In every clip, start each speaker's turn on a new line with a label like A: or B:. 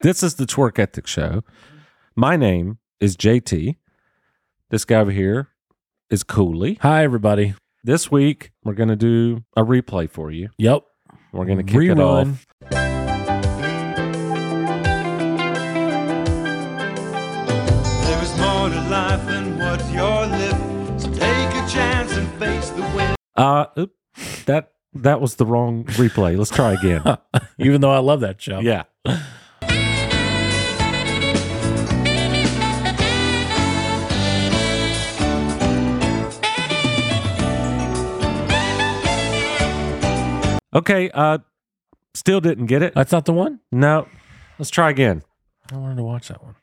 A: This is the Twerk Ethics Show. My name is JT. This guy over here is Cooley.
B: Hi, everybody.
A: This week, we're going to do a replay for you.
B: Yep.
A: We're going to kick it
B: Rerun.
A: off.
C: There is more to life than what you're living. So take a chance and face the wind.
A: Uh, oop, that that was the wrong replay. Let's try again.
B: Even though I love that show.
A: yeah. Okay, uh still didn't get it.
B: That's not the one?
A: No. Let's try again.
B: I wanted to watch that one.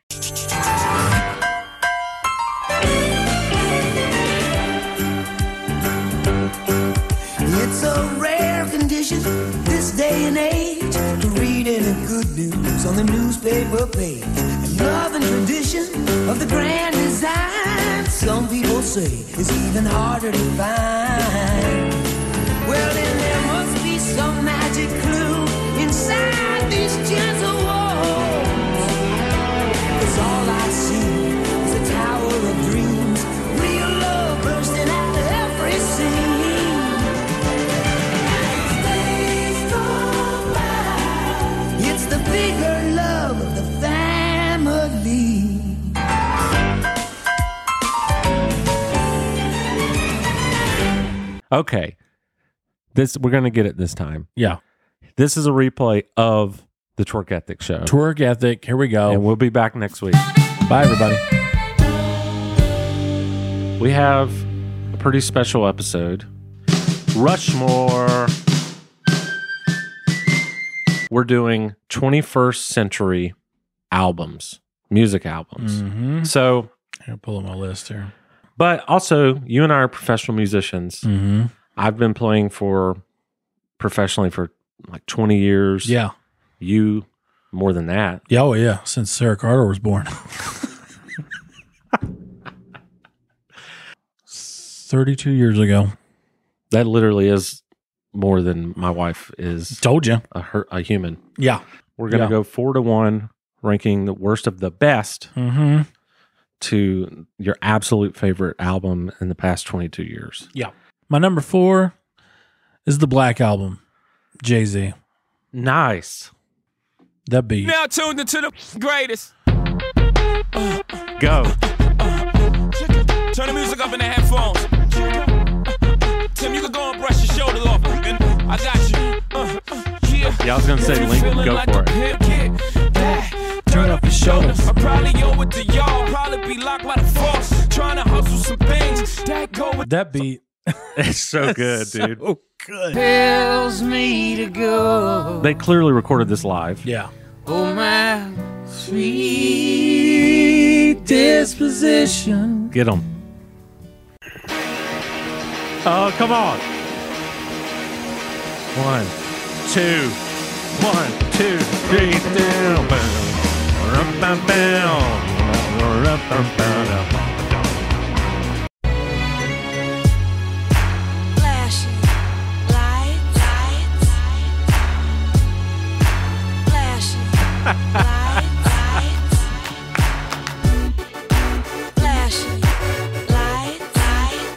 D: It's a rare condition this day and age to read any good news on the newspaper page. And love and tradition of the grand design, some people say, is even harder to find. Well, then there must be some magic clue inside these gentle walls. 'Cause all I see is a tower of dreams, real love bursting out of every scene. It's the bigger love of the family.
A: Okay. This we're gonna get it this time.
B: Yeah.
A: This is a replay of the Twerk Ethic Show.
B: Twerk Ethic. Here we
A: And
B: go.
A: we'll be back next week.
B: Bye, everybody.
A: We have a pretty special episode. Rushmore. We're doing 21st century albums, music albums.
B: Mm-hmm.
A: So,
B: Here, pull up my list here.
A: but also, you and I are professional musicians.
B: Mm-hmm.
A: I've been playing for professionally for like 20 years.
B: Yeah.
A: You more than that.
B: Yeah. Oh, yeah. Since Sarah Carter was born. 32 years ago.
A: That literally is more than my wife is
B: Told you.
A: a, her, a human.
B: Yeah.
A: We're going to
B: Yeah.
A: go four to one, ranking the worst of the best
B: Mm-hmm.
A: to your absolute favorite album in the past 22 years.
B: My number four is the Black Album, Jay Z.
A: Nice.
B: That beat.
E: Now tuned into the greatest.
A: Go.
E: Turn the music up in the headphones. Tim, you can go and brush your shoulder off. And I got you. Uh, uh, yeah.
A: Yeah, I was going to say,
E: If you
A: Lincoln,
E: feeling
A: go
E: like
A: for
E: a
A: it.
E: pimp, get that. Turn up your shoulders. I probably owe it to y'all. Probably be locked by the force. Trying to hustle some things that go with
B: That beat.
A: It's so good, dude.
B: Oh, good.
D: Tells me to go.
A: They clearly recorded this live.
B: Yeah.
D: Oh, my sweet disposition.
A: Get them. Oh, come on. One, two, one, two, three, down. Bam, bam, bam, bam, bam, bam.
F: Flashing lights, lights, flashing lights, lights, flashing lights,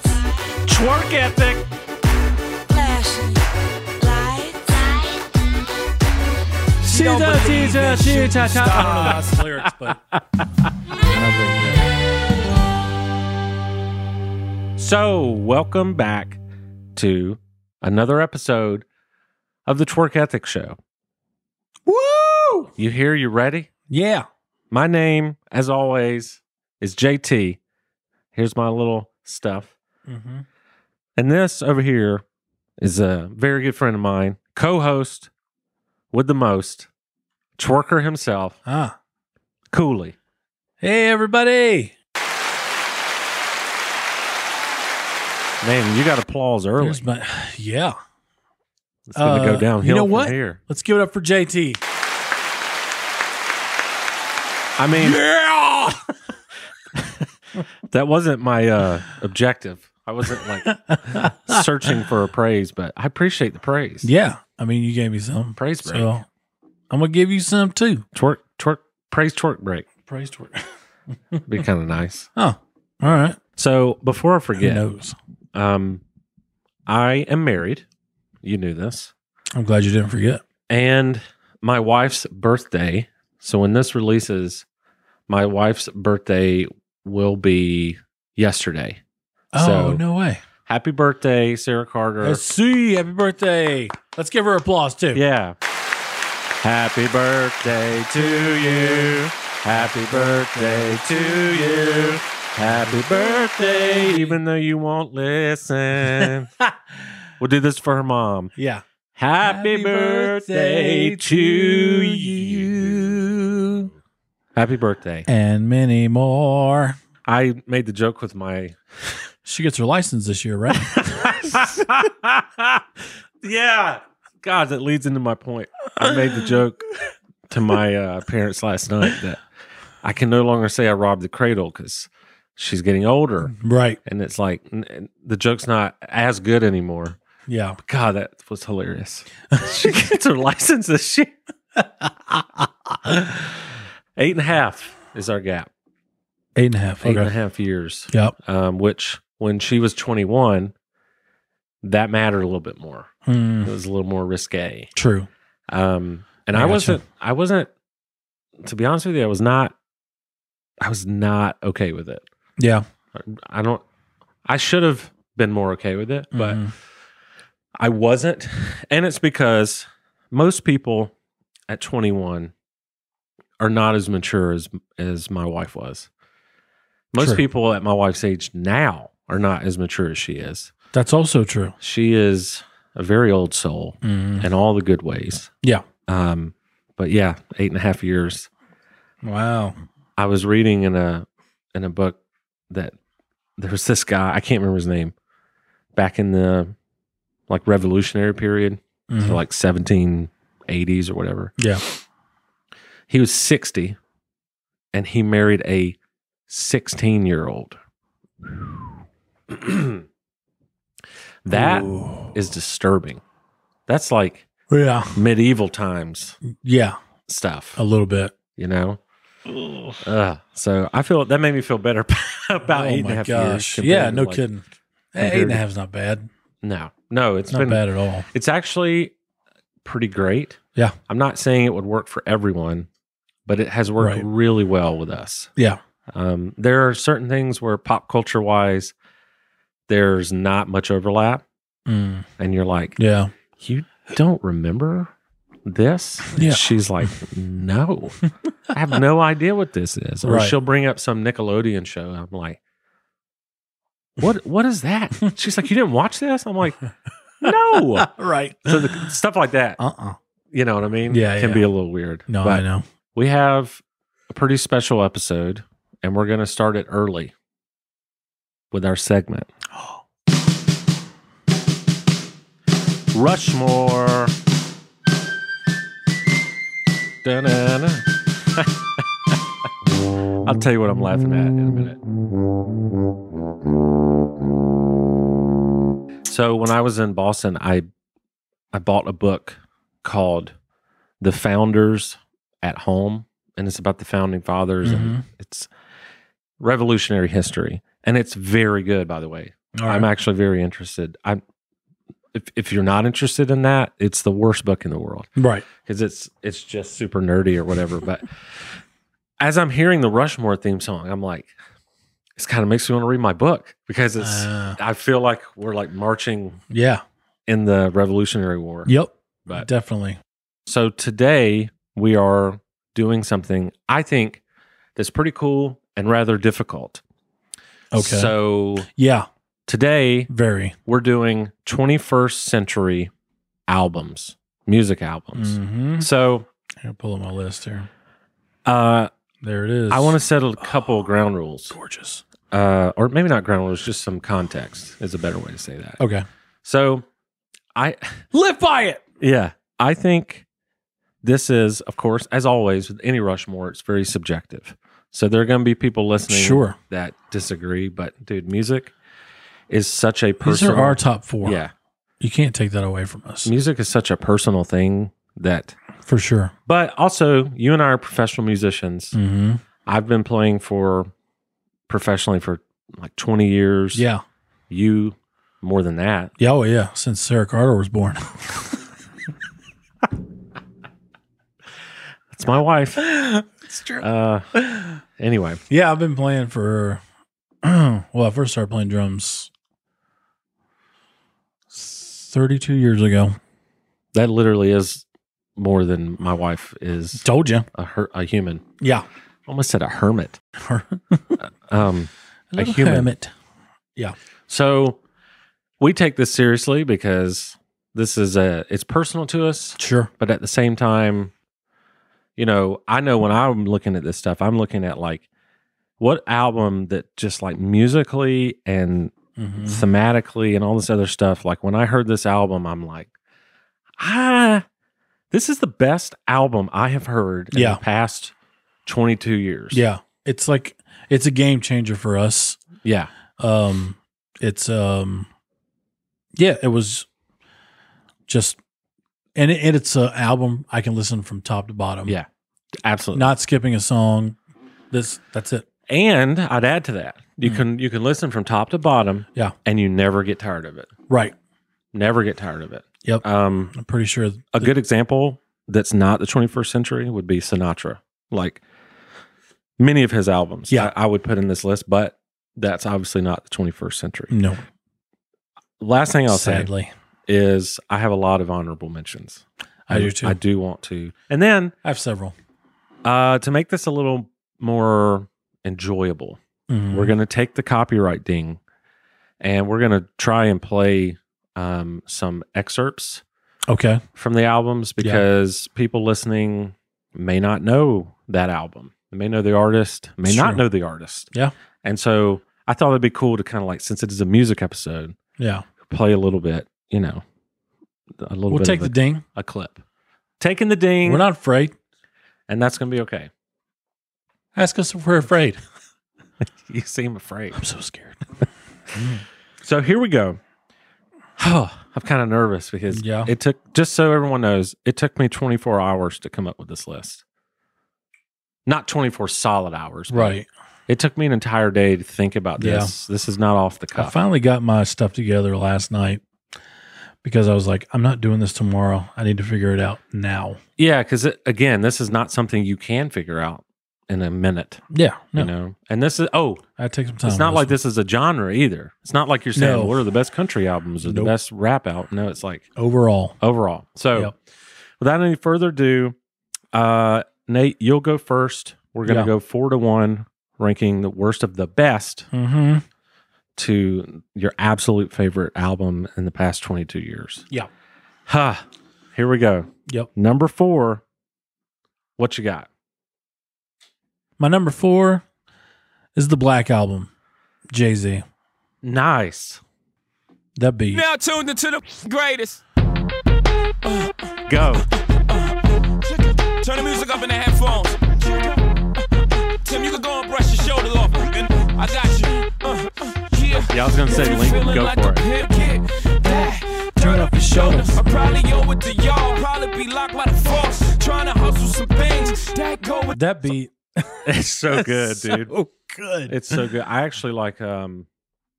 F: lights,
A: Twerk ethic.
F: flashing lights, lights.
B: She's
E: don't
B: a
E: believe
B: teacher,
E: that
B: she's
E: shit
B: a
E: can
B: teacher.
E: stop.
B: I don't know about lyrics, but.
A: So, welcome back to another episode of the Twerk Ethics Show.
B: Woo!
A: You here? You ready?
B: Yeah.
A: My name, as always, is JT. Here's my little stuff.
B: Mm-hmm.
A: And this over here is a very good friend of mine, co host with the most, twerker himself,
B: Ah.
A: Cooley.
B: Hey, everybody.
A: Man, you got applause early.
B: Here's my- yeah.
A: It's going to
B: Uh,
A: go downhill
B: you know
A: from
B: what?
A: here.
B: Let's give it up for JT.
A: I mean, yeah. that wasn't my uh, objective. I wasn't like searching for a praise, but I appreciate the praise.
B: Yeah. I mean, you gave me some.
A: Praise break.
B: So I'm going to give you some too.
A: Twerk Twerk praise twerk break.
B: Praise to it.
A: Be kind of nice.
B: Oh, all right.
A: So before I
B: Who
A: forget,
B: knows?
A: um, I am married. You knew this,
B: I'm glad you didn't forget.
A: and my wife's birthday. So when this releases, my wife's birthday will be yesterday.
B: Oh,
A: So-
B: no way.
A: Happy birthday, Sarah Carter.
B: Let's see. Happy birthday. Let's give her applause, too.
A: Yeah. Happy birthday to you. Happy birthday to you. Happy birthday, even though you won't listen. we'll do this for her mom.
B: Yeah.
A: Happy, birthday, to you. Happy birthday.
B: And many more.
A: I made the joke with my.
B: She gets her license this year, right?
A: yeah. God, that leads into my point. I made the joke to my uh, parents last night that I can no longer say I robbed the cradle because she's getting older.
B: right.
A: And it's like n- n- the joke's not as good anymore.
B: Yeah.
A: God, that was hilarious. she gets her license this year. Eight and a half is our gap.
B: Eight and a half.
A: Eight and a half
B: Okay.
A: years.
B: Yep.
A: Um, which when she was 21, that mattered a little bit more.
B: Mm,
A: It was a little more risque.
B: true.
A: Um, and
B: I
A: I,
B: gotcha.
A: wasn't, I wasn't, to be honest with you, I was not, I was not okay with it.
B: Yeah.
A: I don't, I should have been more okay with it, but
B: Mhm.
A: I wasn't. And it's because most people at 21 are not as mature as as my wife was. Most
B: True.
A: people at my wife's age now are not as mature as she is.
B: that's also true.
A: She is a very old soul
B: Mm.
A: in all the good ways.
B: Yeah.
A: Um, but yeah, eight and a half years.
B: Wow.
A: I was reading in a in a book that there was this guy, I can't remember his name, back in the like revolutionary period.
B: Mhm.
A: So like 1780s or whatever.
B: Mm-hmm. Yeah.
A: He was 60 and he married a 16 year old. That is
B: Ooh.
A: disturbing. That's like
B: Yeah.
A: medieval times
B: Yeah.
A: stuff,
B: A little bit.
A: you know? Ugh. so I feel that made me feel better about
B: Oh
A: eight and
B: my
A: a half
B: gosh.
A: years. compared
B: Yeah,
A: to,
B: no
A: like-
B: kidding. Eh, Eight
A: compared
B: and a
A: to-
B: half is not bad.
A: No, no,
B: It's
A: it's
B: not
A: been
B: bad at all.
A: It's actually pretty great.
B: Yeah.
A: I'm not saying it would work for everyone, but it has worked
B: Right.
A: really well with us.
B: Yeah.
A: Um, there are certain things where pop culture wise, there's not much overlap.
B: Mm.
A: And you're like,
B: Yeah.
A: you don't remember this?
B: Yeah.
A: She's like, no, I have no idea what this is. Or
B: Right.
A: she'll bring up some Nickelodeon show. I'm like, what? What is that? She's like, you didn't watch this? I'm like, no.
B: Right.
A: So the, stuff like that
B: Uh uh
A: you know what I mean?
B: Yeah,
A: can
B: yeah.
A: be a little weird.
B: No,
A: but
B: I know.
A: we have a pretty special episode, and we're going to start it early with our segment. Rushmore. Da-na-na. I'll tell you what I'm laughing at in a minute. So when I was in Boston, I I bought a book called The Founders at Home and it's about the founding fathers and it's revolutionary history and it's very good by the way.
B: All right.
A: I'm actually very interested. I if if you're not interested in that, it's the worst book in the world
B: right.
A: because it's it's just super nerdy or whatever. But as I'm hearing the Rushmore theme song, I'm like, this kind of makes me want to read my book because it's
B: Uh,
A: I feel like we're like marching
B: yeah.
A: in the Revolutionary War.
B: Yep.
A: But
B: Definitely.
A: so today we are doing something I think that's pretty cool and rather difficult.
B: Okay.
A: So
B: yeah.
A: today
B: Very.
A: we're doing 21st century albums, music albums.
B: Mm-hmm.
A: So
B: Here, pull up my list here.
A: uh
B: There it is.
A: I want to settle a couple of ground rules,
B: Gorgeous.
A: uh, or maybe not ground rules, just some context is a better way to say that.
B: Okay.
A: So, I,
B: Live by it.
A: yeah, I think this is, of course, as always with any Rushmore, it's very subjective. So there are going to be people listening,
B: Sure.
A: that disagree. But dude, music is such a
B: These
A: personal.
B: are our top four.
A: yeah,
B: You can't take that away from us.
A: music is such a personal thing that.
B: for sure.
A: But also, you and I are professional musicians.
B: Mm-hmm.
A: I've been playing for professionally for like 20 years.
B: Yeah.
A: You more than that.
B: Yeah. Oh, yeah. Since Sarah Carter was born.
A: It's my wife.
B: It's true.
A: Uh, anyway,
B: Yeah, I've been playing for. well, I first started playing drums thirty-two years ago.
A: that literally is more than my wife is
B: Told you.
A: a, her- a human.
B: Yeah.
A: Almost said a hermit. Um, A
B: Little
A: human.
B: hermit.
A: so we take this seriously because this is a it's personal to us,
B: Sure.
A: but at the same time, you know, I know when I'm looking at this stuff, I'm looking at like what album that just like musically and
B: Mhm.
A: thematically and all this other stuff. Like when I heard this album, I'm like, ah, this is the best album I have heard in
B: Yeah.
A: the past 22 years.
B: Yeah. It's like it's a game changer for us.
A: Yeah.
B: Um, it's um, yeah. It was just, and it, and it's an album I can listen from top to bottom.
A: Yeah. Absolutely.
B: Not skipping a song. This that's it.
A: and I'd add to that, you can you can listen from top to bottom.
B: Mm-hmm. Yeah.
A: And you never get tired of it.
B: Right.
A: Never get tired of it.
B: Yep.
A: Um,
B: I'm pretty sure.
A: a good example that's not the 21st century would be Sinatra. Like many of his albums,
B: Yeah.
A: I, I would put in this list, but that's obviously not the 21st century.
B: No.
A: Last thing I'll say
B: sadly.
A: is I have a lot of honorable mentions.
B: I do too.
A: I do want to. And then
B: I have several.
A: uh, to make this a little more enjoyable,
B: Mhm.
A: Mm-hmm. we're going to take the copyright ding and we're going to try and play um, some excerpts
B: Mm-hmm. okay.
A: from the albums because people listening may not know that album. They may know the artist, may
B: It's
A: not
B: true.
A: know the artist.
B: Yeah.
A: And so I thought it'd be cool to kind of like, since it is a music episode,
B: Yeah.
A: play a little bit, you know, a little
B: We'll
A: bit
B: take
A: of
B: the
A: a,
B: ding.
A: a clip. Taking the ding,
B: We're not afraid.
A: and that's going to be okay.
B: Ask us if we're afraid.
A: You seem afraid.
B: I'm so scared.
A: So here we go. Oh, I'm kind of nervous because
B: Yeah.
A: it took, just so everyone knows, it took me 24 hours to come up with this list. Not 24 solid hours. but
B: Right.
A: It took me an entire day to think about
B: Yeah.
A: this. This is not off the
B: I
A: cuff.
B: finally got my stuff together last night because I was like, I'm not doing this tomorrow. I need to figure it out now.
A: yeah, because again, this is not something you can figure out in a minute.
B: Yeah. No.
A: You know, and this is oh,
B: I take some time.
A: it's
B: on
A: not like this is a genre either. It's not like you're saying
B: No.
A: what are the best country albums or
B: Nope.
A: the best rap out. No, it's like
B: one. overall.
A: overall. So
B: Yep.
A: without any further ado, uh, Nate, you'll go first. We're gonna
B: Yeah.
A: go four to one, ranking the worst of the best
B: Mm-hmm.
A: to your absolute favorite album in the past 22 years.
B: Yeah.
A: Ha. Here we go.
B: Yep.
A: Number four. What you got?
B: My number four is the Black Album, Jay Z.
A: Nice.
B: That beat.
G: Now tuned into the greatest.
A: Go.
G: Turn the music up in the headphones. Tim, you can go and brush your shoulder off. And I got you. Uh, uh, yeah.
A: Yeah, I was gonna say
G: Been
A: Link,
G: feeling
A: go
G: like
A: for
G: a pimp
A: it.
G: kid. That Dirt off your shoulders. I'm probably owe it to y'all. Probably be locked by the force. Trying to hustle some things. That go with
B: That beat.
A: It's so good, dude.
B: Oh, good.
A: It's so good. I actually like um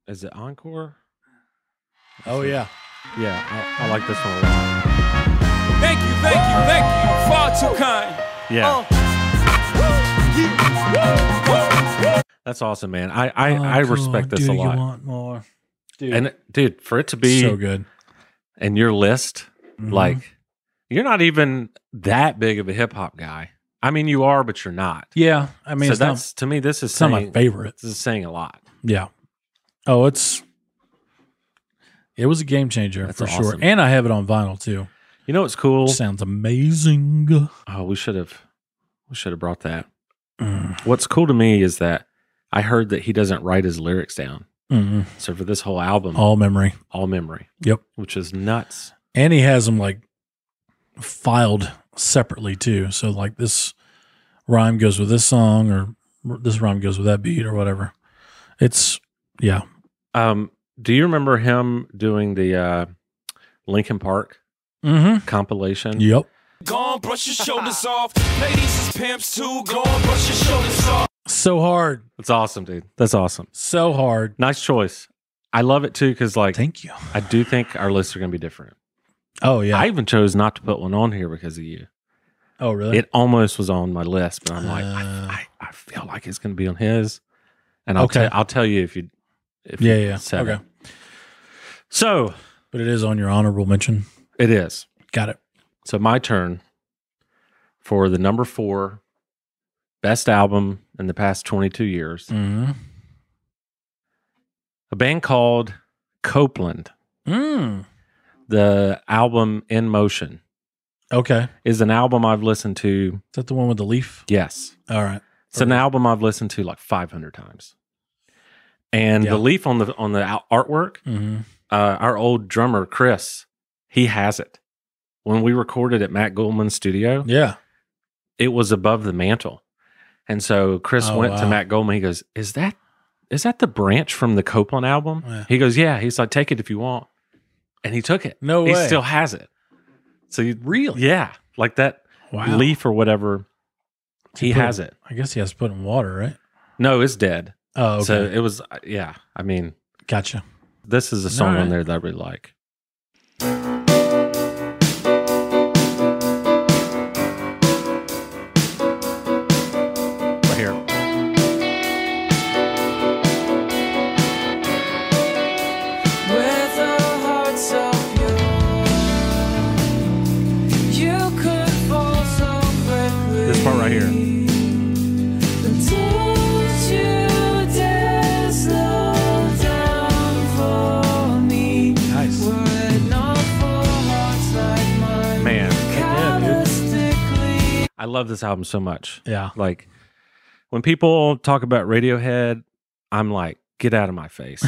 A: is it Encore?
B: oh, yeah.
A: Yeah, I, I like this one a lot.
G: Thank you, thank you, thank you. Far too kind. Uh.
A: Yeah.
G: Woo, woo, woo.
A: That's awesome, man. I I,
B: Oh,
A: I respect
B: Uncle,
A: this a
B: do
A: lot.
B: You want more? Dude.
A: and dude, for it to be
B: so good.
A: and your list,
B: Mhm.
A: like you're not even that big of a hip hop guy. I mean, you are, but you're not.
B: yeah. I mean,
A: so
B: it's, not-
A: that's to me, this is
B: it's not my
A: saying-
B: favorite.
A: This is saying a lot.
B: Yeah. Oh, it's it was a game changer
A: That's
B: for sure.
A: awesome.
B: And I have it on vinyl too.
A: You know what's cool?
B: Sounds amazing.
A: Oh, we should have, we should have brought that.
B: Mm.
A: What's cool to me is that I heard that he doesn't write his lyrics down.
B: Mm-mm.
A: So for this whole album, all,
B: All memory.
A: memory.
B: Oh. Yep.
A: which is nuts.
B: And he has them like filed separately too. So like this rhyme goes with this song or this rhyme goes with that beat or whatever. It's yeah.
A: Um, do you remember him doing the uh, Lincoln Park
B: Mm-hmm.
A: compilation?
B: Yep.
G: Gone, brush your shoulders off. Ladies is pimps too. Gone, brush your shoulders off.
B: So hard.
A: That's awesome, dude. That's awesome.
B: So hard.
A: Nice choice. I love it too because, like,
B: Thank you.
A: I do think our lists are going to be different.
B: Oh, yeah.
A: I even chose not to put one on here because of you.
B: oh, really?
A: It almost was on my list, but I'm like,
B: Uh.
A: I, I, I feel like it's going to be on his. And I'll
B: Okay.
A: tell I'll tell you if you. If
B: yeah,
A: you
B: yeah.
A: said it.
B: okay.
A: So
B: But it is on your honorable mention.
A: it is.
B: Got it.
A: So my turn for the number four best album in the past 22 years.
B: Mm.
A: A band called Copeland.
B: Mm.
A: The album In Motion
B: Okay. Is
A: is an album I've listened to.
B: that the one with the leaf?
A: Yes.
B: All right.
A: It's an album I've listened to like 500 times. And
B: Yeah.
A: the leaf on the on the out- artwork,
B: Mm-hmm.
A: uh, our old drummer Chris, he has it. When we recorded at Matt Goldman's studio,
B: Yeah.
A: it was above the mantle. And so Chris
B: Oh,
A: went to
B: wow.
A: Matt Goldman. He goes, "Is that is that the branch from the Copeland album?"
B: Yeah.
A: He goes, "Yeah." He's like, "Take it if you want," and he took it.
B: No
A: he
B: way.
A: still has it. So you,
B: Really?
A: yeah, like that
B: Wow.
A: leaf or whatever. He
B: put
A: has it.
B: I guess he has to put it in water, right?
A: No, it's dead.
B: Oh, okay.
A: So it was, yeah. I mean,
B: gotcha.
A: this is a song
B: Alright.
A: on there that I really like. Right here.
H: With the hearts of yours, you could fall so quickly.
A: This part right here.
H: Don't you dare slow down for me.
B: Nice.
H: Were it not for hearts like mine,
A: Man,
H: Callously
A: I love this album so much.
B: Yeah.
A: Like when people talk about Radiohead, I'm like, get out of my face.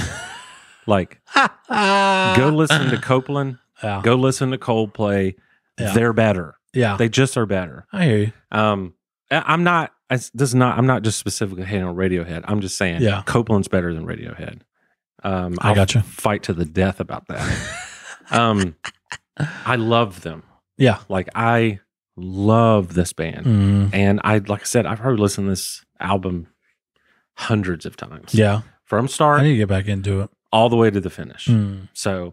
A: like, go listen to Copeland,
B: Yeah.
A: go listen to Coldplay.
B: Uh-huh. Yeah. Uh-huh.
A: They're better.
B: yeah.
A: They just are better.
B: I hear you.
A: Um, I- I'm not. I s- This is not. I'm not just specifically hating on Radiohead. I'm just saying.
B: Yeah.
A: Copeland's better than Radiohead. Um,
B: I gotcha.
A: Fight to the death about that. um, I love them.
B: Yeah.
A: Like I love this band,
B: Mm.
A: and I like I said, I've heard listened to this album hundreds of times.
B: Yeah.
A: From
B: I
A: start
B: need to get back into it.
A: all the way to the finish.
B: Mm.
A: So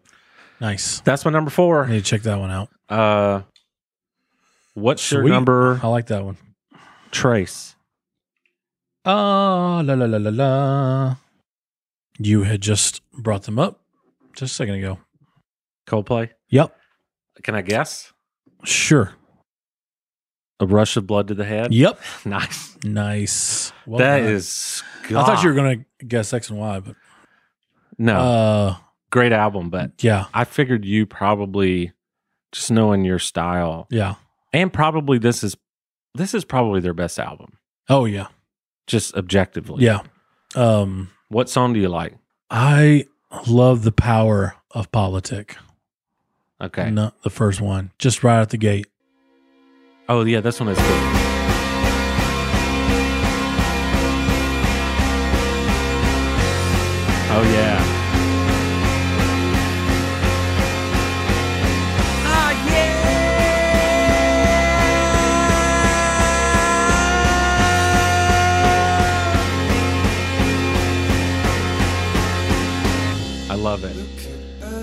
B: Nice.
A: that's my number
B: I
A: four.
B: need to check that one out.
A: Uh, what's your
B: Sweet. Uh-huh.
A: number,
B: I like that one.
A: Trace?
B: Oh, la la la la la. You had just brought them up just a second ago.
A: Coldplay.
B: Yep.
A: Can I guess?
B: Sure.
A: A rush of blood to the head.
B: Yep.
A: Nice.
B: Nice. Well
A: that
B: done.
A: is.
B: I thought you were
A: God.
B: gonna guess X and Y, but
A: No,
B: uh,
A: great album, but
B: yeah,
A: I figured you probably just knowing your style,
B: yeah.
A: and probably this is this is probably their best album,
B: Oh yeah,
A: just objectively.
B: yeah. Um,
A: What song do you like?
B: I love the power of politic.
A: Okay.
B: Not the first one, just right out the gate.
A: Oh yeah, this one is good. Oh yeah. I love it.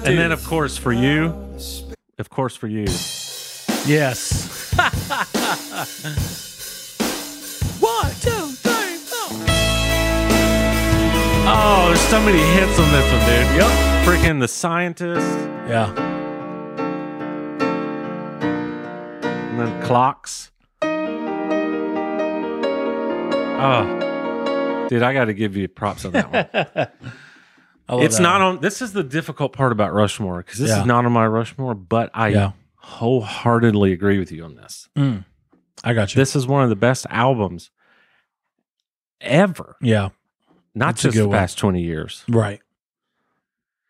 A: And then of course for you, of course for you.
B: Yes.
A: Oh, there's so many hits on this one, dude. Yep. Freaking the scientist,
B: Yeah.
A: and then clocks. Oh, dude, I got to give you props on that one.
B: I love
A: it's
B: that
A: not
B: one.
A: on. This is the difficult part about Rushmore because this
B: Yeah.
A: is not on my Rushmore, but I
B: Yeah.
A: wholeheartedly agree with you on this.
B: Mm. I got you.
A: This is one of the best albums ever.
B: yeah.
A: Not
B: That's a
A: just the
B: good one.
A: past twenty years.
B: Right.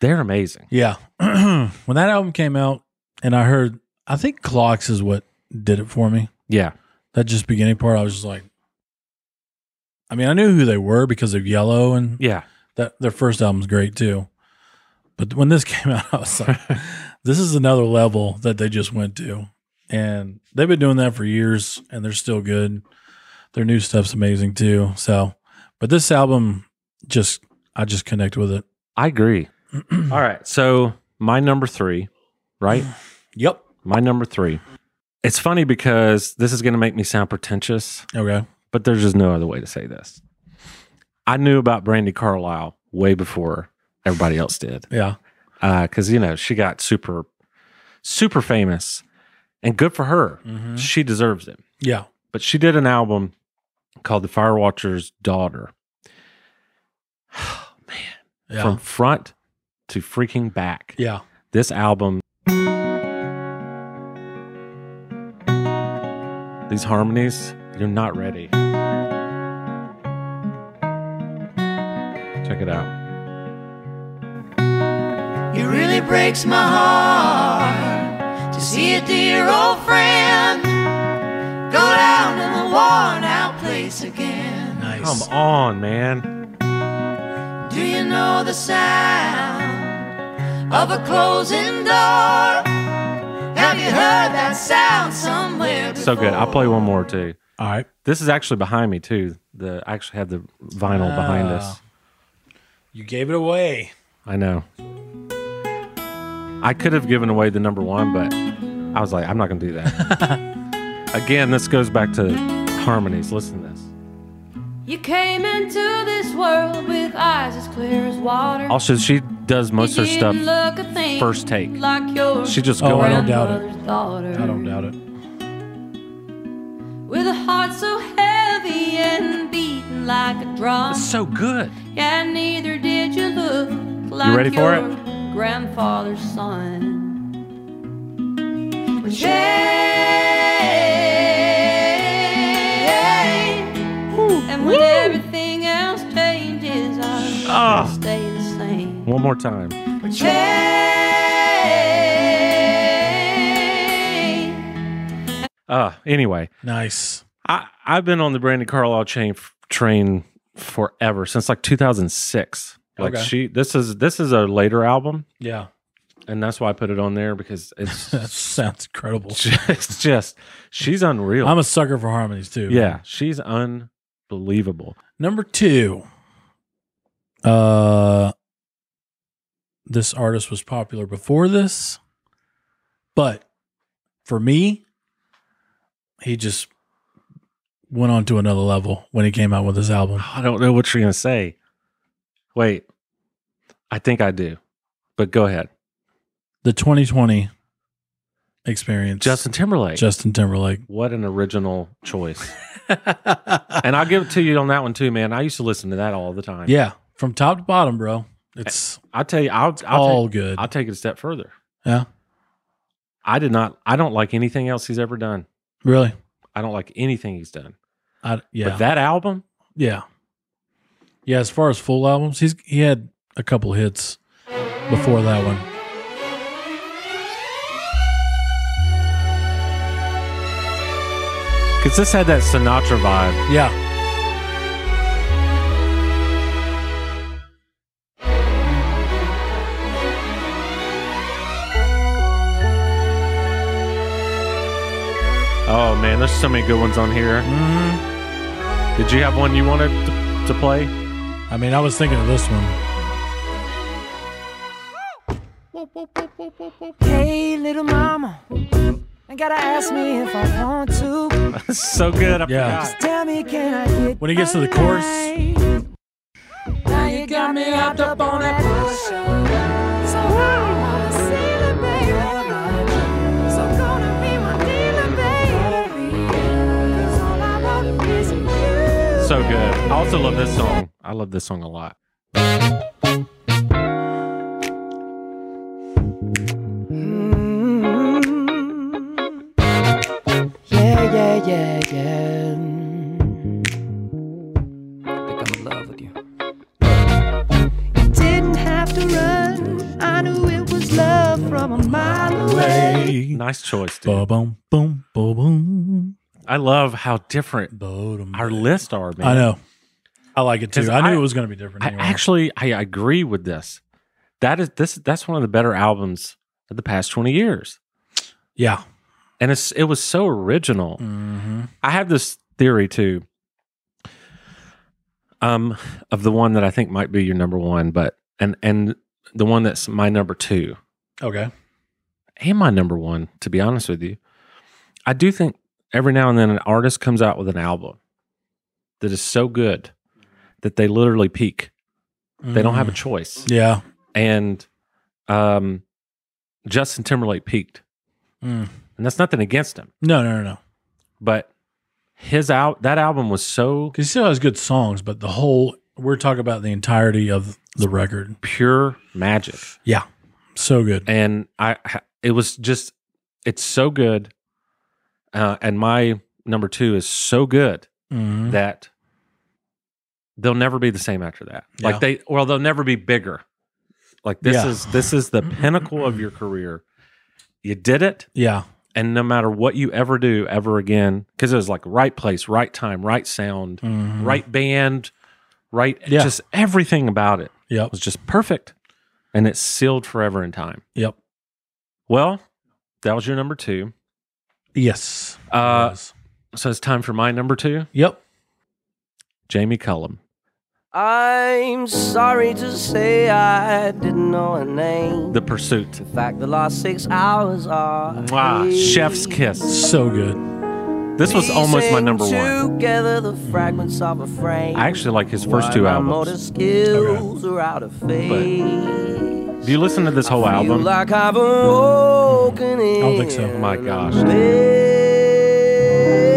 A: They're amazing.
B: Yeah. when that album came out, and I heard, I think Clocks is what did it for me.
A: Yeah.
B: That just beginning part, I was just like, I mean, I knew who they were because of Yellow and
A: Yeah.
B: that their first album's great too. But when this came out, I was like, this is another level that they just went to. and they've been doing that for years, and they're still good. Their new stuff's amazing too. So, but this album, just I just connect with it.
A: I agree. All right. So my number three, right?
B: Yep.
A: My number three. It's funny because this is going to make me sound pretentious,
B: Okay.
A: but there's just no other way to say this. I knew about Brandy Carlisle way before everybody else did.
B: Yeah.
A: because you know she got super super famous and good for her
B: Mhm.
A: she deserves it
B: Yeah.
A: but she did an album called the firewatcher's daughter
B: Yeah.
A: from front to freaking back
B: yeah.
A: this album these harmonies you're not ready check it out
D: It really breaks my heart to see a dear old friend go down in the worn out place again.
A: come
B: Nice.
A: on man
D: Do you know the sound of a closing door? Have you heard that sound somewhere? Before?
A: so good i'll play one more too
B: All right.
A: This is actually behind me too. The I actually had the vinyl behind us.
B: You gave it away.
A: I know. I could have given away the number one, but I was like, I'm not gonna do that. Again, this goes back to harmonies. Listen to this.
H: You came into this world with eyes as clear as water.
A: Also, she does most of her stuff.
H: Didn't look a thing
A: first take.
H: Like yours.
A: She just
B: Oh,
A: going
B: I
A: on.
B: don't doubt it.
H: grandmother's Daughter.
B: I don't doubt it.
H: With a heart so heavy and beating like a drum.
A: So good.
H: And neither did you look like
A: ready for
H: your
A: it?
H: grandfather's son. Change. And when everything else changes, I
A: Ah.
H: stay the same.
A: One more time.
H: Change.
A: Uh, anyway,
B: Nice.
A: I I've been on the Brandy Carlisle chain train forever since like 2006. Like
B: Okay.
A: she, this is this is a later album,
B: Yeah.
A: and that's why I put it on there because it's
B: That sounds incredible.
A: it's just she's unreal.
B: I'm a sucker for harmonies too.
A: yeah, she's unbelievable.
B: Number two. Uh this artist was popular before this, but for me, he just went on to another level when he came out with this album.
A: I don't know what you're gonna say. Wait, I think I do, but go ahead.
B: The 2020 experience.
A: Justin Timberlake.
B: Justin Timberlake.
A: what an original choice. and I'll give it to you on that one too, man. I used to listen to that all the time.
B: Yeah. From top to bottom, bro. It's
A: I'll tell you, I'll I'll,
B: all
A: take,
B: good.
A: I'll take it a step further.
B: yeah.
A: I did not. I don't like anything else he's ever done.
B: Really?
A: I don't like anything he's done.
B: I, yeah.
A: But that album,
B: Yeah. Yeah, as far as full albums, he's he had a couple hits before that one.
A: because this had that Sinatra vibe.
B: Yeah.
A: Oh man, there's so many good ones on here.
B: Mm-hmm.
A: Did you have one you wanted to, to play?
B: I mean, I was thinking of this one.
F: Hey, little mama, ain't gotta ask me if I want to.
A: It's so good. I
B: Yeah.
A: forgot.
F: Tell me, can I get
B: When he gets to the chorus,
F: Now you got me hopped up on that push. So I wanna see the baby. So gonna be my dealer, baby. 'Cause all I want is you.
A: So good. I also love this song. I love this song a lot.
F: Yeah, yeah, yeah, yeah. Think I'm in love with you. Didn't have to run. I knew it was love from a mile away.
A: Nice choice, dude.
B: Ba boom boom ba boom.
A: I love how different
B: Ba-dum.
A: our lists are, man.
B: I know. I like it
A: 'Cause
B: too. I knew
A: I-
B: it was going to be different.
A: I
B: anyway.
A: actually I agree with this. That is this that's one of the better albums of the past 20 years.
B: yeah.
A: and it's it was so original.
B: Mm.
A: I have this theory too, um, of the one that I think might be your number one, but and and the one that's my number two
B: Okay.
A: and my number one. To be honest with you, I do think every now and then an artist comes out with an album that is so good that they literally peak. They don't have a choice,
B: Mm-hmm. Yeah.
A: and um, Justin Timberlake peaked,
B: Mm.
A: and that's nothing against him.
B: No, no, no, no.
A: but his out that album was so
B: Because he still has good songs, but the whole we're talking about the entirety of the record.
A: pure magic
B: Yeah. So good.
A: and i it was just it's so good uh, and my number two is so good
B: Mhm.
A: that they'll never be the same after that
B: Yeah.
A: like they well they'll never be bigger like this
B: Yeah. Mm-hmm.
A: is this is the pinnacle of your career you did it
B: Yeah.
A: and no matter what you ever do ever again because it was like right place right time right sound
B: Mhm.
A: right band right
B: Yeah.
A: just everything about it
B: Yep.
A: was just perfect and it's sealed forever in time
B: Yep.
A: well that was your number two
B: Yes.
A: Uh,
B: Yes.
A: so it's time for my number two
B: Yep.
A: jamie cullum
E: I'm sorry to say I didn't know her name.
A: the pursuit
E: In fact, the last six hours are.
A: Mwah, chef's kiss
B: So good.
A: this was almost my number one
E: Together the fragments of a frame.
A: i actually like his first two
E: While my motor
A: albums
E: skills are out of
A: do you listen to this whole
E: Feel
A: album
E: like I've awoken
B: I don't think so.
E: in
A: my gosh
E: This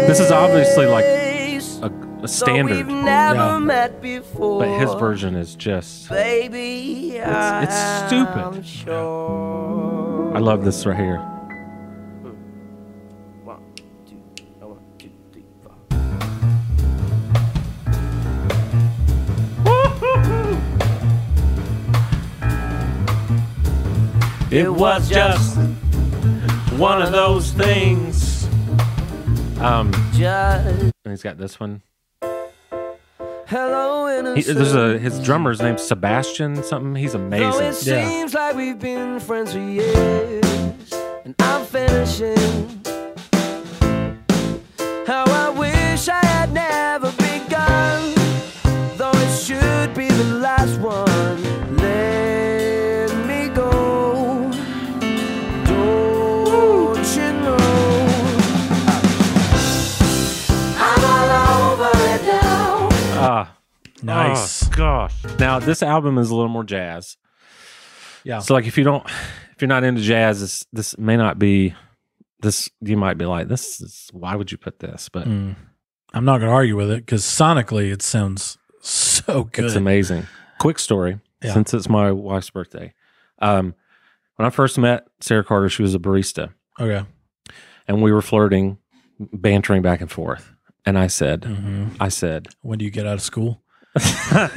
A: this is obviously like a, a standard
E: We've never
B: Yeah.
E: met before.
A: but his version is just
E: Baby,
A: it's stupid.
E: I'm Sure. Hmm.
A: i love this right here
E: One, two, oh, one, two, three, four.
A: It was just one of those things. Um,
E: Just
A: and he's got this one.
E: hello
A: He,
E: innocent.
A: there's a his drummer's named Sebastian something. He's
B: Oh,
E: Though it
A: amazing.
B: Yeah.
E: seems like we've been friends for years, and I'm finishing. How I wish I had never begun, though it should be the last one. Let me go. Don't you know? I'm all over it now.
A: Ah,
B: Nice.
A: oh, gosh. Now this album is a little more jazz.
B: Yeah.
A: So like if you don't, if you're not into jazz, this this may not be. This you might be like this is why would you put this? But
B: Mm, I'm not going to argue with it because sonically it sounds so good.
A: It's amazing. Quick story,
B: Yeah.
A: since it's my wife's birthday. Um, when I first met Sarah Carter, she was a barista.
B: Okay.
A: and we were flirting, bantering back and forth. And I said,
B: Mm.
A: I said,
B: Mm-hmm. When do you get out of school?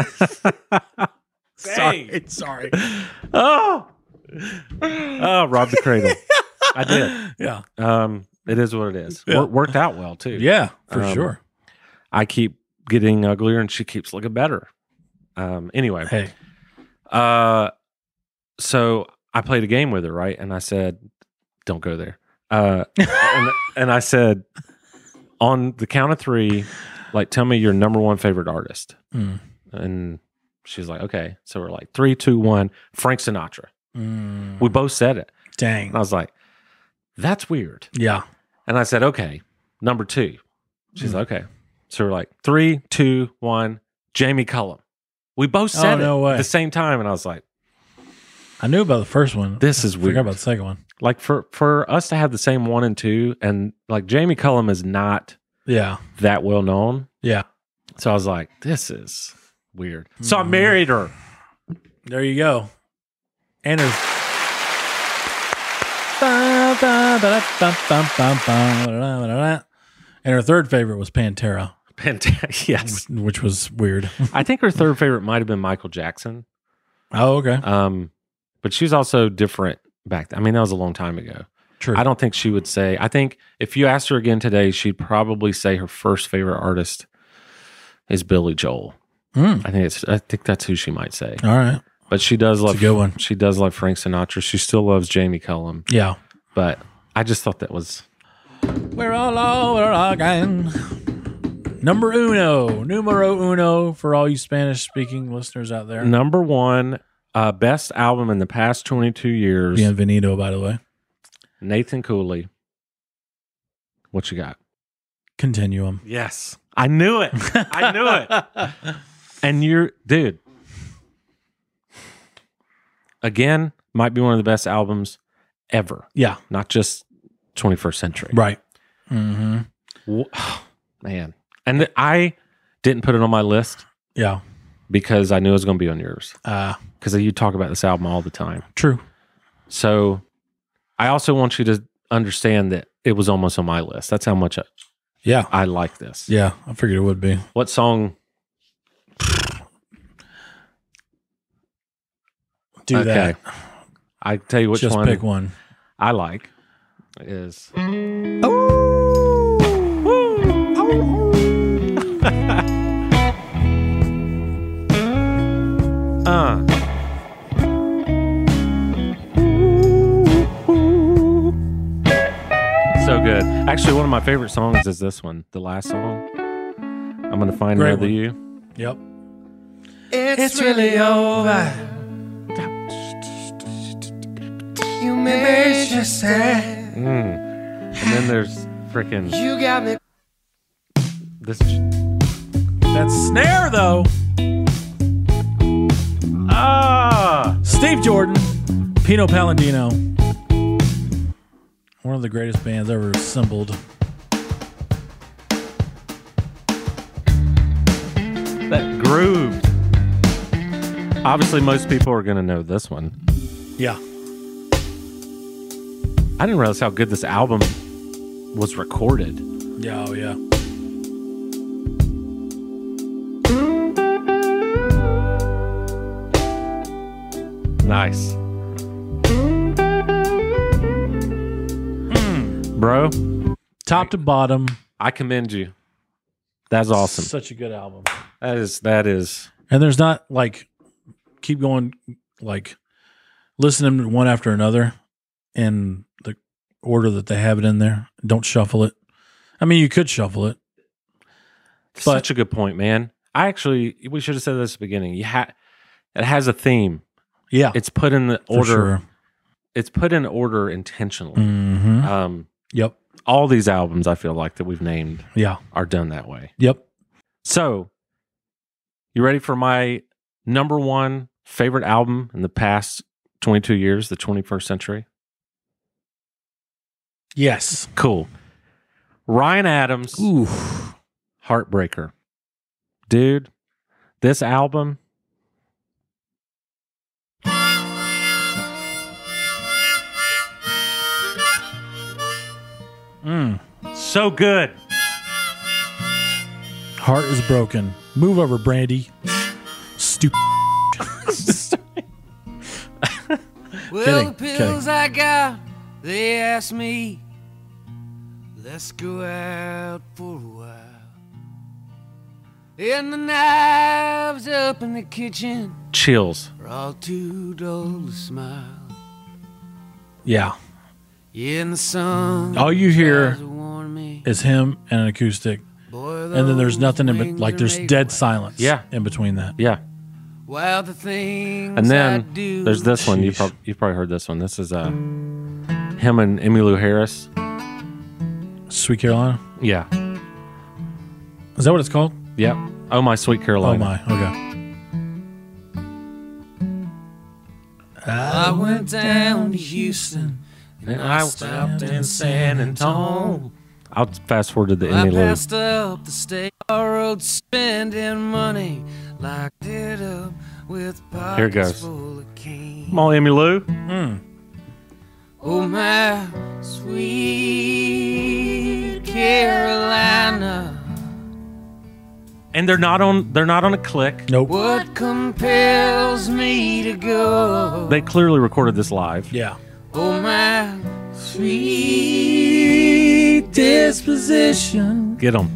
A: sorry.
B: Sorry.
A: Oh, oh, rob the cradle. I did.
B: Yeah.
A: Um, it is what it is.
B: Yeah.
A: Wor- worked out well too.
B: Yeah, for
A: Um,
B: sure.
A: I keep getting uglier, and she keeps looking better. Um, anyway,
B: Hey.
A: Uh, so I played a game with her, right? And I said, "Don't go there." Uh, and, and I said, on the count of three, like, tell me your number one favorite artist.
B: Mm.
A: And she's like, "Okay." So we're like, three, two, one. Frank Sinatra.
B: Mm.
A: We both said it,
B: Dang.
A: and I was like, "That's weird."
B: yeah.
A: And I said, "Okay, number two.
B: Mm.
A: She's like, "Okay." So we're like, three, two, one. Jamie Cullum. We both
B: Oh,
A: said it
B: no way.
A: at the same time, and I was like,
B: I knew about the first one.
A: "This is
B: I
A: weird."
B: forgot about the second one.
A: like for for us to have the same one and two and like jamie cullum is not
B: Yeah.
A: that well known
B: Yeah.
A: so i was like this is weird so i married her
B: There you go. And there's. Ba, ba, ba, da, ba, ba, ba, da, da, da, da, da. And her third favorite was Pantera,
A: Pant- yes
B: which was weird.
A: i think her third favorite might have been michael jackson
B: Oh, okay.
A: um but she was also different back then. i mean that was a long time ago
B: True.
A: i don't think she would say i think if you asked her again today she'd probably say her first favorite artist is billy joel
B: Mm.
A: i think it's i think that's who she might say
B: All right.
A: but she does love
B: a good one.
A: she does love frank sinatra she still loves jamie cullum
B: Yeah.
A: but I just thought that was
B: We're all over again. Number uno, numero uno for all you Spanish speaking listeners out there.
A: Number one, uh, best album in the past 22 years.
B: Bienvenido, by the way.
A: Nathan Cooley. What you got?
B: Continuum.
A: Yes. I knew it. I knew it. And you're, dude, again, might be one of the best albums ever,
B: Yeah,
A: not just 21st century.
B: right. hmm
A: Wh- Man. And th- I didn't put it on my list
B: Yeah.
A: because I knew it was going to be on yours
B: Uh,
A: because you talk about this album all the time.
B: true.
A: So I also want you to understand that it was almost on my list. That's how much I,
B: Yeah.
A: I like this.
B: Yeah. I figured it would be.
A: What song?
B: Do that.
A: I tell you which
B: Just
A: one,
B: pick one.
A: I like is
B: Uh.
A: uh. So good. Actually, one of my favorite songs is this one, the last song. I'm gonna find
B: Great
A: another
B: one.
A: you.
B: Yep.
C: It's really over. You made me sad.
A: Mm. And then there's freaking
C: You got me.
A: this.
B: That snare, though.
A: Ah,
B: Steve Jordan, Pino Palladino. One of the greatest bands ever assembled.
A: that groove. Obviously, most people are gonna know this one.
B: Yeah.
A: I didn't realize how good this album was recorded.
B: Yeah. Oh, yeah.
A: Nice, Hmm. bro.
B: Top to bottom.
A: I commend you. That's awesome.
B: Such a good album.
A: That is that is
B: And there's not like keep going like listen to them one after another in the order that they have it in there. Don't shuffle it. I mean, you could shuffle it.
A: such a good point, man. I actually we should have said this at the beginning. You ha- it has a theme.
B: Yeah.
A: It's put in the
B: for
A: order.
B: sure.
A: It's put in order intentionally.
B: Mhm.
A: Um,
B: Yep.
A: all these albums I feel like that we've named
B: Yeah.
A: are done that way.
B: Yep.
A: So, you ready for my number one favorite album in the past 22 years, the 21st century?
B: Yes.
A: Cool. Ryan Adams,
B: Ooh.
A: Heartbreaker. Dude, this album.
B: Mm.
A: So good.
B: Heart is broken. Move over, Brandy. Stupid.
C: Well,
B: Kidding,
C: the pills I got, they asked me, let's go out for a while. And the knives up in the kitchen
A: Chills.
C: are all too dull to smile.
B: Yeah.
C: In the sun,
B: All you hear
C: tries to warn me,
B: is him and an acoustic.
C: boy,
B: And then there's
C: those
B: nothing in but
C: wings
B: like
C: are
B: there's
C: made
B: dead
C: of
B: silence.
A: Yeah.
B: In between that.
A: Yeah.
C: wax. While the things
A: And
C: I
A: then
C: do,
A: there's this one. You
B: Sheesh.
A: prob- you've probably heard this one. This is uh, him and Emmylou Harris.
B: Sweet Carolina.
A: Yeah.
B: Is that what it's called?
A: Yep. Oh, my sweet
B: Oh
A: Carolina.
B: my. Okay.
C: I went down to Houston,
A: And I stopped in San Antonio. I'll fast forward to the
C: I
A: Emmylou.
C: passed up the state borrowed spending money locked it up with pockets
A: Here it goes.
C: full of cane.
A: Come on, Emmylou.
C: Oh my sweet Carolina,
A: and they're not on they're not on a click
B: Nope.
C: what compels me to go?
A: they clearly recorded this live
B: Yeah.
C: Oh my sweet disposition,
A: get them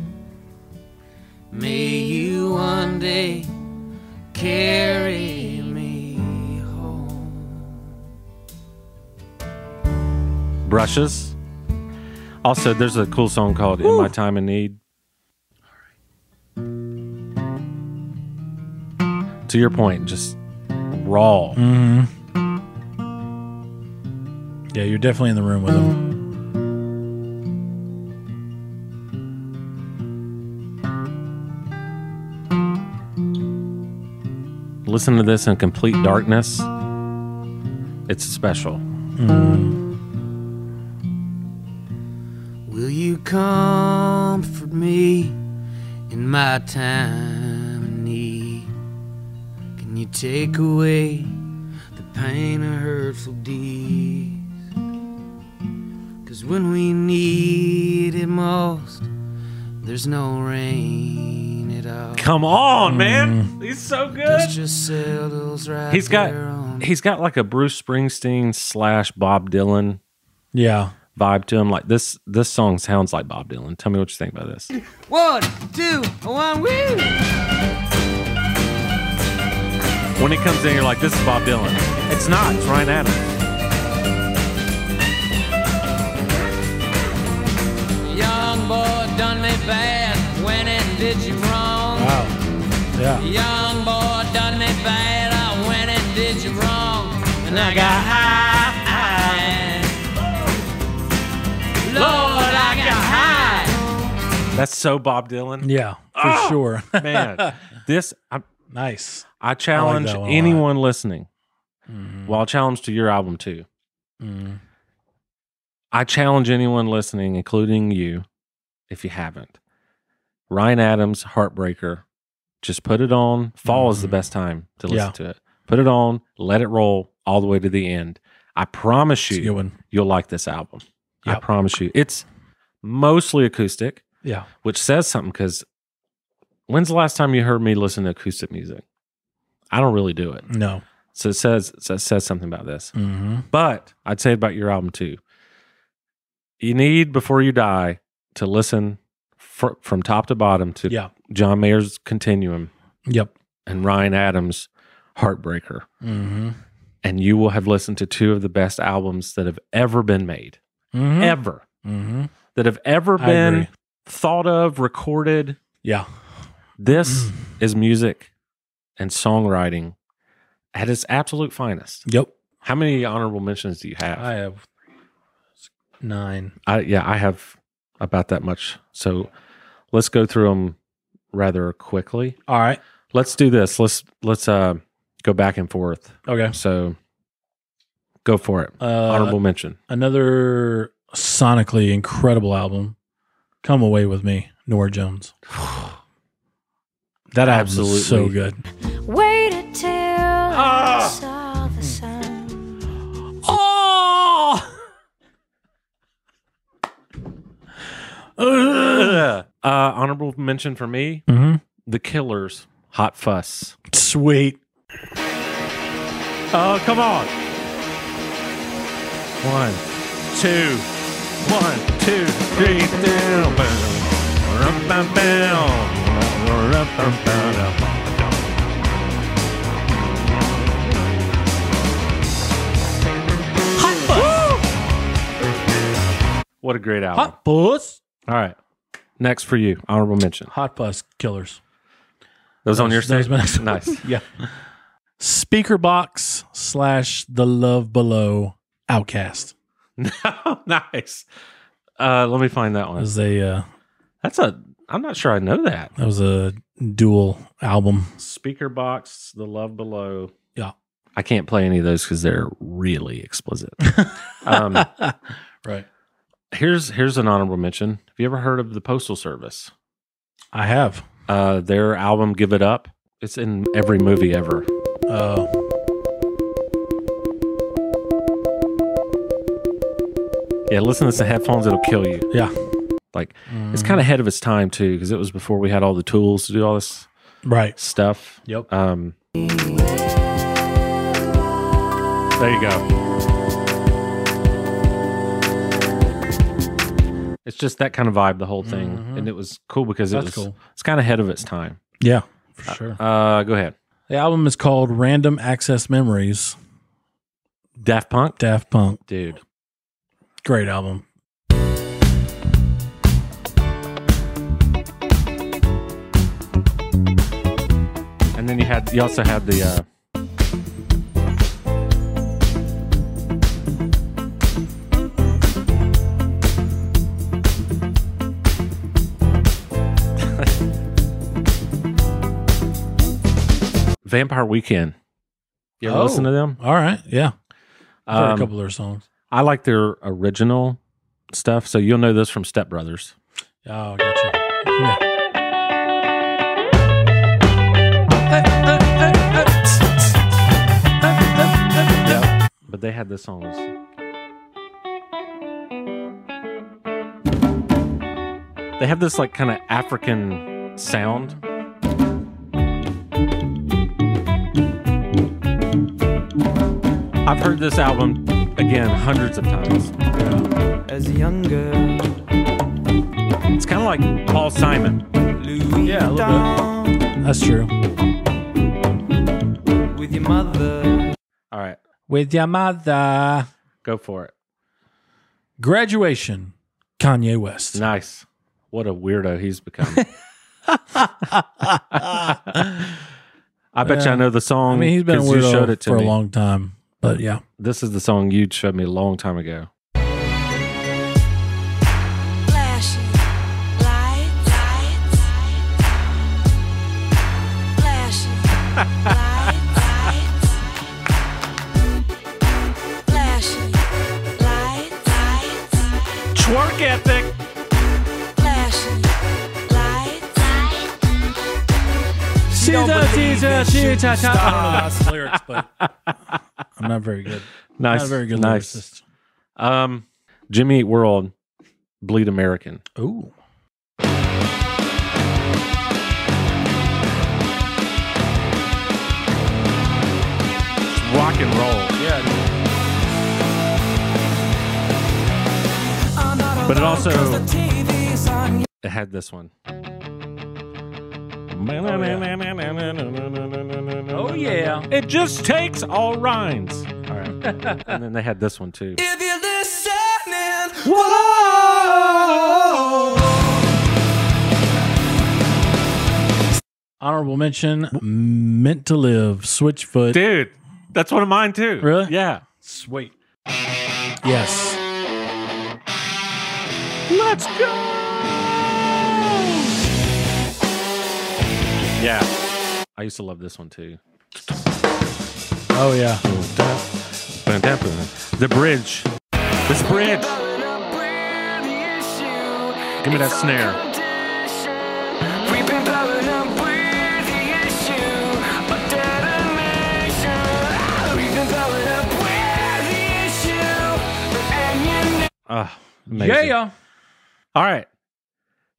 C: may you one day carry me home.
A: brushes Also, there's a cool song called "In My Time of Need." To your point, just raw.
C: Mm.
B: Yeah, you're definitely in the room with him.
A: Listen to this in complete darkness. It's special.
C: Will you comfort me in my time of need? Can you take away the pain of hurtful deeds? Cause when we need it most, there's no rain at all.
A: Come on, man.
C: Mm.
A: He's so good.
C: Dust just settles right
A: He's got
C: there on
A: he's got like a Bruce Springsteen slash Bob Dylan
B: Yeah.
A: vibe to him. Like this this song sounds like Bob Dylan. Tell me what you think about this.
C: One, two, one, woo!
A: When he comes in, you're like, this is Bob Dylan. It's not. It's Ryan Adams.
C: Young boy done me bad, went and did you wrong.
B: Wow. Yeah.
C: Young boy done me bad, I went and did you wrong. And I got high. Lord, I got high.
A: That's so Bob Dylan.
B: Yeah, for sure.
A: Ah! Man, this I,
B: nice.
A: I challenge
B: that one a lot. Mm-hmm.
A: anyone listening. Well, I'll challenge to your album too.
B: Mm.
A: I challenge anyone listening, including you, if you haven't. Ryan Adams, Heartbreaker. Just put it on. Fall is the best time to listen
B: Mm-hmm. Yeah.
A: to it. Put it on, let it roll all the way to the end. I promise
B: It's a good
A: you,
B: one.
A: you'll like this album. I
B: Yep.
A: promise you. It's mostly acoustic,
B: Yeah.
A: which says something because when's the last time you heard me listen to acoustic music? I don't really do it.
B: No.
A: So it says, so it says something about this.
B: Mm-hmm.
A: But I'd say about your album too. You need before you die to listen fr- from top to bottom to
B: Yeah.
A: John Mayer's Continuum
B: Yep.
A: and Ryan Adams' Heartbreaker,
B: Mm-hmm.
A: and you will have listened to two of the best albums that have ever been made,
B: Mm-hmm.
A: ever
B: hmm
A: that have ever
B: I
A: been
B: agree.
A: thought of, recorded.
B: Yeah. Mm.
A: This is music and songwriting at its absolute finest.
B: Yep.
A: How many honorable mentions do you have?
B: I have nine.
A: I yeah, I have about that much. So let's go through them rather quickly.
B: All right.
A: Let's do this. Let's let's uh go back and forth.
B: Okay.
A: So go for it.
B: Uh,
A: Honorable mention.
B: Another sonically incredible album. Come away with me, Nora Jones. that album
A: Absolutely.
B: is so good.
H: Waited till I saw the sun.
A: Oh. uh, honorable mention for me,
B: Mm-hmm.
A: The Killers, Hot Fuss.
B: Sweet.
A: Oh, come on. One, two, one, two, three, down. What a great album.
B: Hot Puss.
A: All right. Next for you, honorable mention.
B: Hot Puss Killers.
A: That was on your
B: That was
A: stage.
B: my next one.
A: Nice.
B: yeah. Speaker box slash the love below outcast
A: nice. Uh, let me find that
B: that
A: one.
B: was a uh,
A: That's a, I'm not sure I know that.
B: that was a dual album.
A: speaker box the love below
B: Yeah.
A: i can't play any of those because they're really explicit um,
B: Right.
A: here's here's an honorable mention have you ever heard of the postal service
B: I have.
A: uh, their album give it up it's in every movie ever
B: Uh,
A: yeah listen to this in headphones it'll kill you
B: yeah.
A: like it's kind of ahead of its time too because it was before we had all the tools to do all this
B: Right.
A: stuff
B: Yep.
A: um, there you go it's just that kind of vibe the whole thing and it was Mm-hmm. cool because it
B: That's
A: was
B: cool.
A: it's kind of ahead of its time
B: Yeah. For sure.
A: uh go ahead
B: the album is called Random Access Memories.
A: daft punk
B: Daft Punk.
A: dude
B: Great album.
A: And then you had you also had the uh, Vampire Weekend. You ever
B: Oh.
A: listen to them?
B: All right. Yeah. I've heard
A: Um,
B: a couple of their songs.
A: I like their original stuff, so you'll know this from Step Brothers.
B: Oh, gotcha. Yeah.
A: Yeah, but they had this song. They have this like kind of African sound. I've heard this album again hundreds of times.
E: As a young girl,
A: It's kind of like Paul Simon.
E: Louis
B: Yeah, a little
E: Vuitton,
B: That's true.
E: with your mother.
A: All right,
B: With your mother.
A: go for it.
B: Graduation. Kanye West.
A: Nice. What a weirdo he's become. I bet you I know the song.
B: I mean, he's been a
A: 'cause you
B: weirdo
A: showed it to
B: for
A: me.
B: a long time, but yeah.
A: This is the song you showed me a long time ago.
F: Flashing lights, lights, flashing lights, lights, flashing lights, lights,
A: Twerk ethic.
F: flashing lights, lights.
B: She's
E: don't
B: a
E: believe
B: teacher,
E: in
B: she's a
E: shooting
B: I don't know about the lyrics, but I'm not very good.
A: Nice.
B: Not a very good
A: nice.
B: lyricist.
A: Um, Jimmy Eat World, Bleed American.
B: Ooh.
A: It's rock and roll. Yeah. But it also it had this one.
B: Oh, yeah.
A: It just takes all rhymes. All right. and then they had this one too.
E: If you're listening,
B: Honorable mention, Meant to Live, Switchfoot.
A: Dude, that's one of mine too.
B: Really?
A: Yeah.
B: Sweet. Yes.
A: Let's go. Yeah. I used to love this one too.
B: Oh, yeah.
A: The bridge. This bridge. Give me that snare.
E: we've been blowing up with the issue of detonation. We've been blowing up with the issue of ammunition.
A: Ugh, Ah, amazing.
B: Yeah.
A: All right.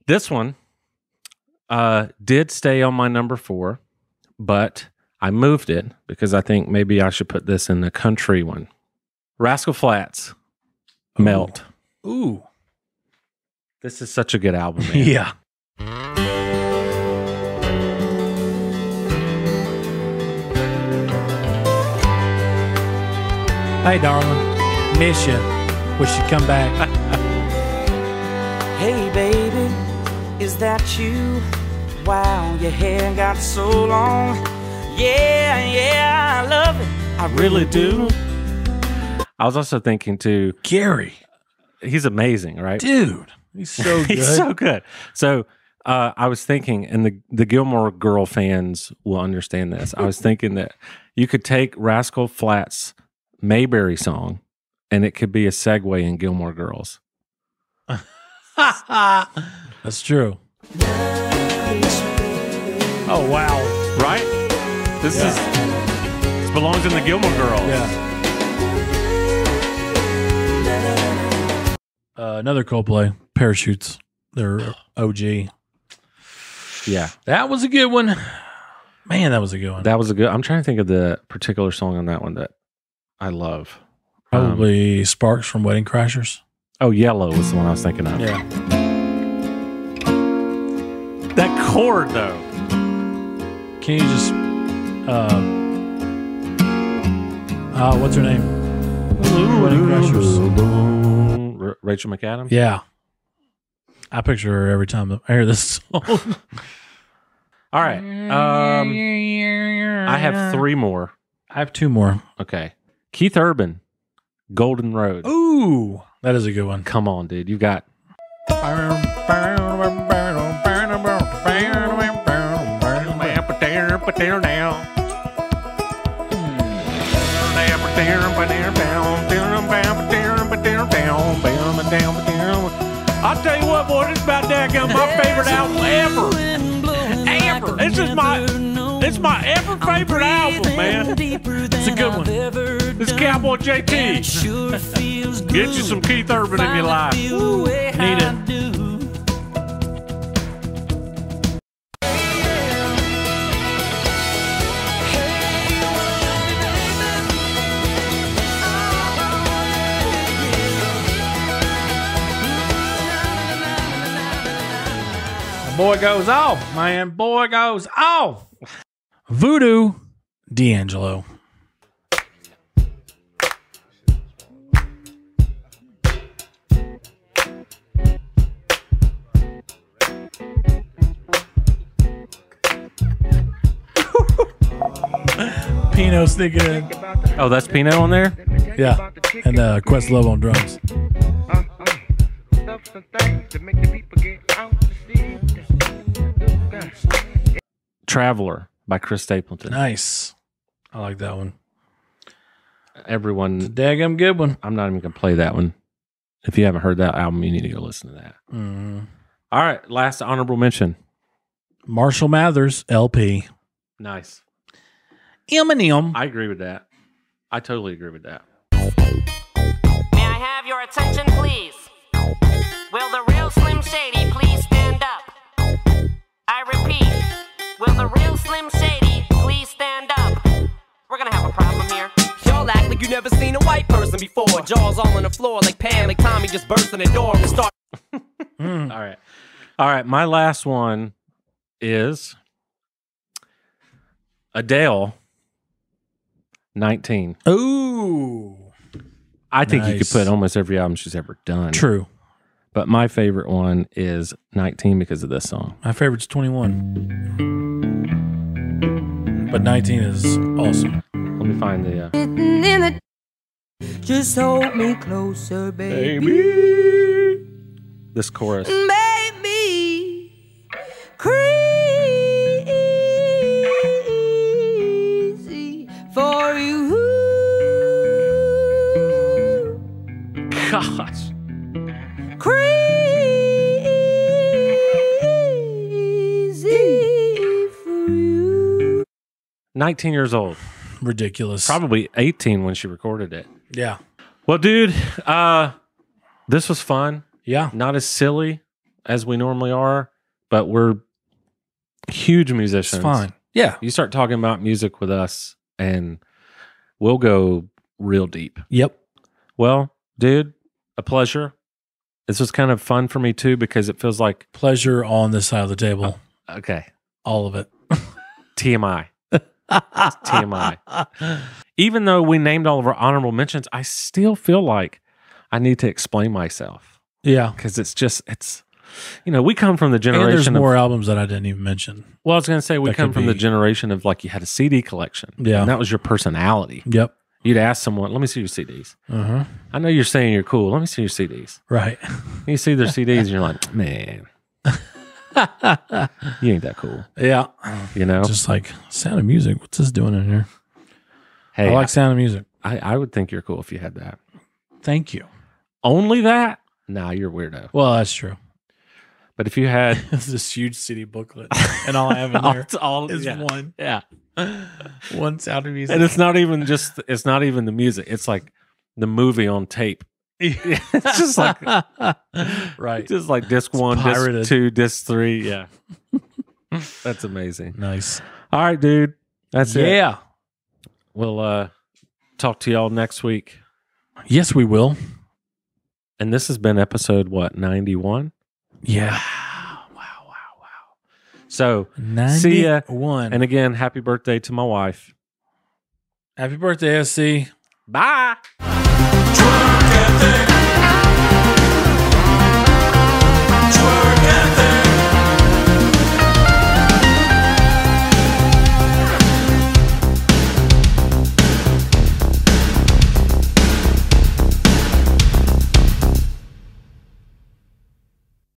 A: This one uh, did stay on my number four, but I moved it because I think maybe I should put this in the country one. Rascal Flats, Melt.
B: Ooh.
A: This is such a good album. Man.
B: Yeah. Hey, darling. Miss you. Wish you'd come back.
E: Hey baby, is that you? Wow, your hair got so long. Yeah, yeah, I love it. I really do.
A: I was also thinking too,
B: Gary.
A: he's amazing, right?
B: Dude. He's so good.
A: He's so good. So uh, I was thinking, and the the Gilmore Girl fans will understand this. I was thinking that you could take Rascal Flats Mayberry song, and it could be a segue in Gilmore Girls.
B: That's true.
A: Oh wow! Right? This is this belongs in the Gilmore Girls.
B: Yeah. Uh, another Coldplay, Parachutes. They're OG.
A: yeah.
B: That was a good one. Man, that was a good one.
A: That was a good. I'm trying to think of the particular song on that one that I love. Um,
B: Probably Sparks from Wedding Crashers.
A: oh, Yellow was the one I was thinking of.
B: Yeah.
A: That chord though.
B: Can you just uh uh what's her name? Wedding Crashers.
A: R- Rachel McAdams.
B: Yeah. I picture her every time I hear this song.
A: All right. Um, I have three more.
B: I have two more.
A: Okay. Keith Urban, Golden Road.
B: Ooh, that is a good one.
A: Come on, dude. You've got. I'll tell you what, boy, this is about daggum my favorite album ever. Ever. This is my it's my ever favorite album, man.
B: It's a good one.
A: It's Cowboy JT. Get you some Keith Urban in your life.
B: Need it. Boy goes off, man. Boy goes off. Voodoo D'Angelo. Pino sneaking
A: Oh, that's Pino on there?
B: in. Yeah. And uh, Questlove on drums.
A: Traveler by Chris Stapleton.
B: Nice. I like that one.
A: Everyone,
B: Daggum good one.
A: I'm not even going to play that one. If you haven't heard that album, you need to go listen to that.
B: Mm.
A: All right, last honorable mention.
B: Marshall Mathers, LP.
A: Nice.
B: Eminem.
A: I agree with that. I totally agree with that.
I: May I have your attention, please? Will the real Slim Shady please stand up? I repeat, will the real Slim Shady please stand up? We're gonna have a problem here.
E: Y'all act like you never seen a white person before. Jaws all on the floor like Pam, like Tommy just burst in the door and start.
B: Mm.
A: All right. All right. My last one is Adele 19.
B: Ooh.
A: I think you could
B: Nice.
A: put almost every album she's ever done.
B: True.
A: But my favorite one is 19 because of this song.
B: My favorite's 21. But 19 is awesome.
A: Let me find the. Uh,
F: Sitting in the. Just hold me closer, baby.
A: This chorus.
F: Make me crazy for you.
A: Gosh.
F: Crazy for you.
A: 19 years old.
B: Ridiculous.
A: Probably 18 when she recorded it.
B: Yeah.
A: Well, dude, uh, this was fun.
B: Yeah.
A: Not as silly as we normally are, but we're huge
B: It's
A: musicians.
B: fine. Yeah.
A: you start talking about music with us and we'll go real deep.
B: Yep.
A: Well, dude, a pleasure. This was kind of fun for me too because it feels like
B: Pleasure on this side of the table.
A: okay,
B: All of it.
A: TMI. It's TMI. Even though we named all of our honorable mentions, I still feel like I need to explain myself
B: Yeah.
A: because it's just it's you know, we come from the
B: And there's
A: generation of
B: more albums that I didn't even mention.
A: well, I was gonna say we
B: that
A: come
B: could
A: from the
B: be-
A: generation of like you had a CD collection.
B: Yeah.
A: And that was your personality.
B: Yep.
A: You'd ask someone, let me see your CDs.
B: Uh huh.
A: I know you're saying you're cool. Let me see your CDs.
B: Right.
A: You see their CDs and you're like, man, you ain't that cool.
B: yeah.
A: You know?
B: Just like Sound of Music. What's this doing in here?
A: hey,
B: I like Sound of Music.
A: I, I would think you're cool if you had that.
B: Thank you.
A: Only that? Nah, you're a weirdo.
B: Well, that's true.
A: But if you had
B: It's this huge city booklet, and all I have in
A: all,
B: there
A: all-
B: is
A: yeah,
B: one
A: yeah.
B: one sound of music.
A: And it's not even just it's not even the music. It's like the movie on tape. it's just like
B: right.
A: just like disc one,
B: pirated.
A: disc two, disc three. Yeah. That's amazing.
B: Nice.
A: All right, dude. That's it.
B: yeah.
A: We'll uh talk to y'all next week.
B: Yes, we will.
A: And this has been episode what, 91?
B: Yeah.
A: So,
B: Ninety
A: ya.
B: one.
A: and again, happy birthday to my wife.
B: happy birthday, SC.
A: Bye.
J: Twerk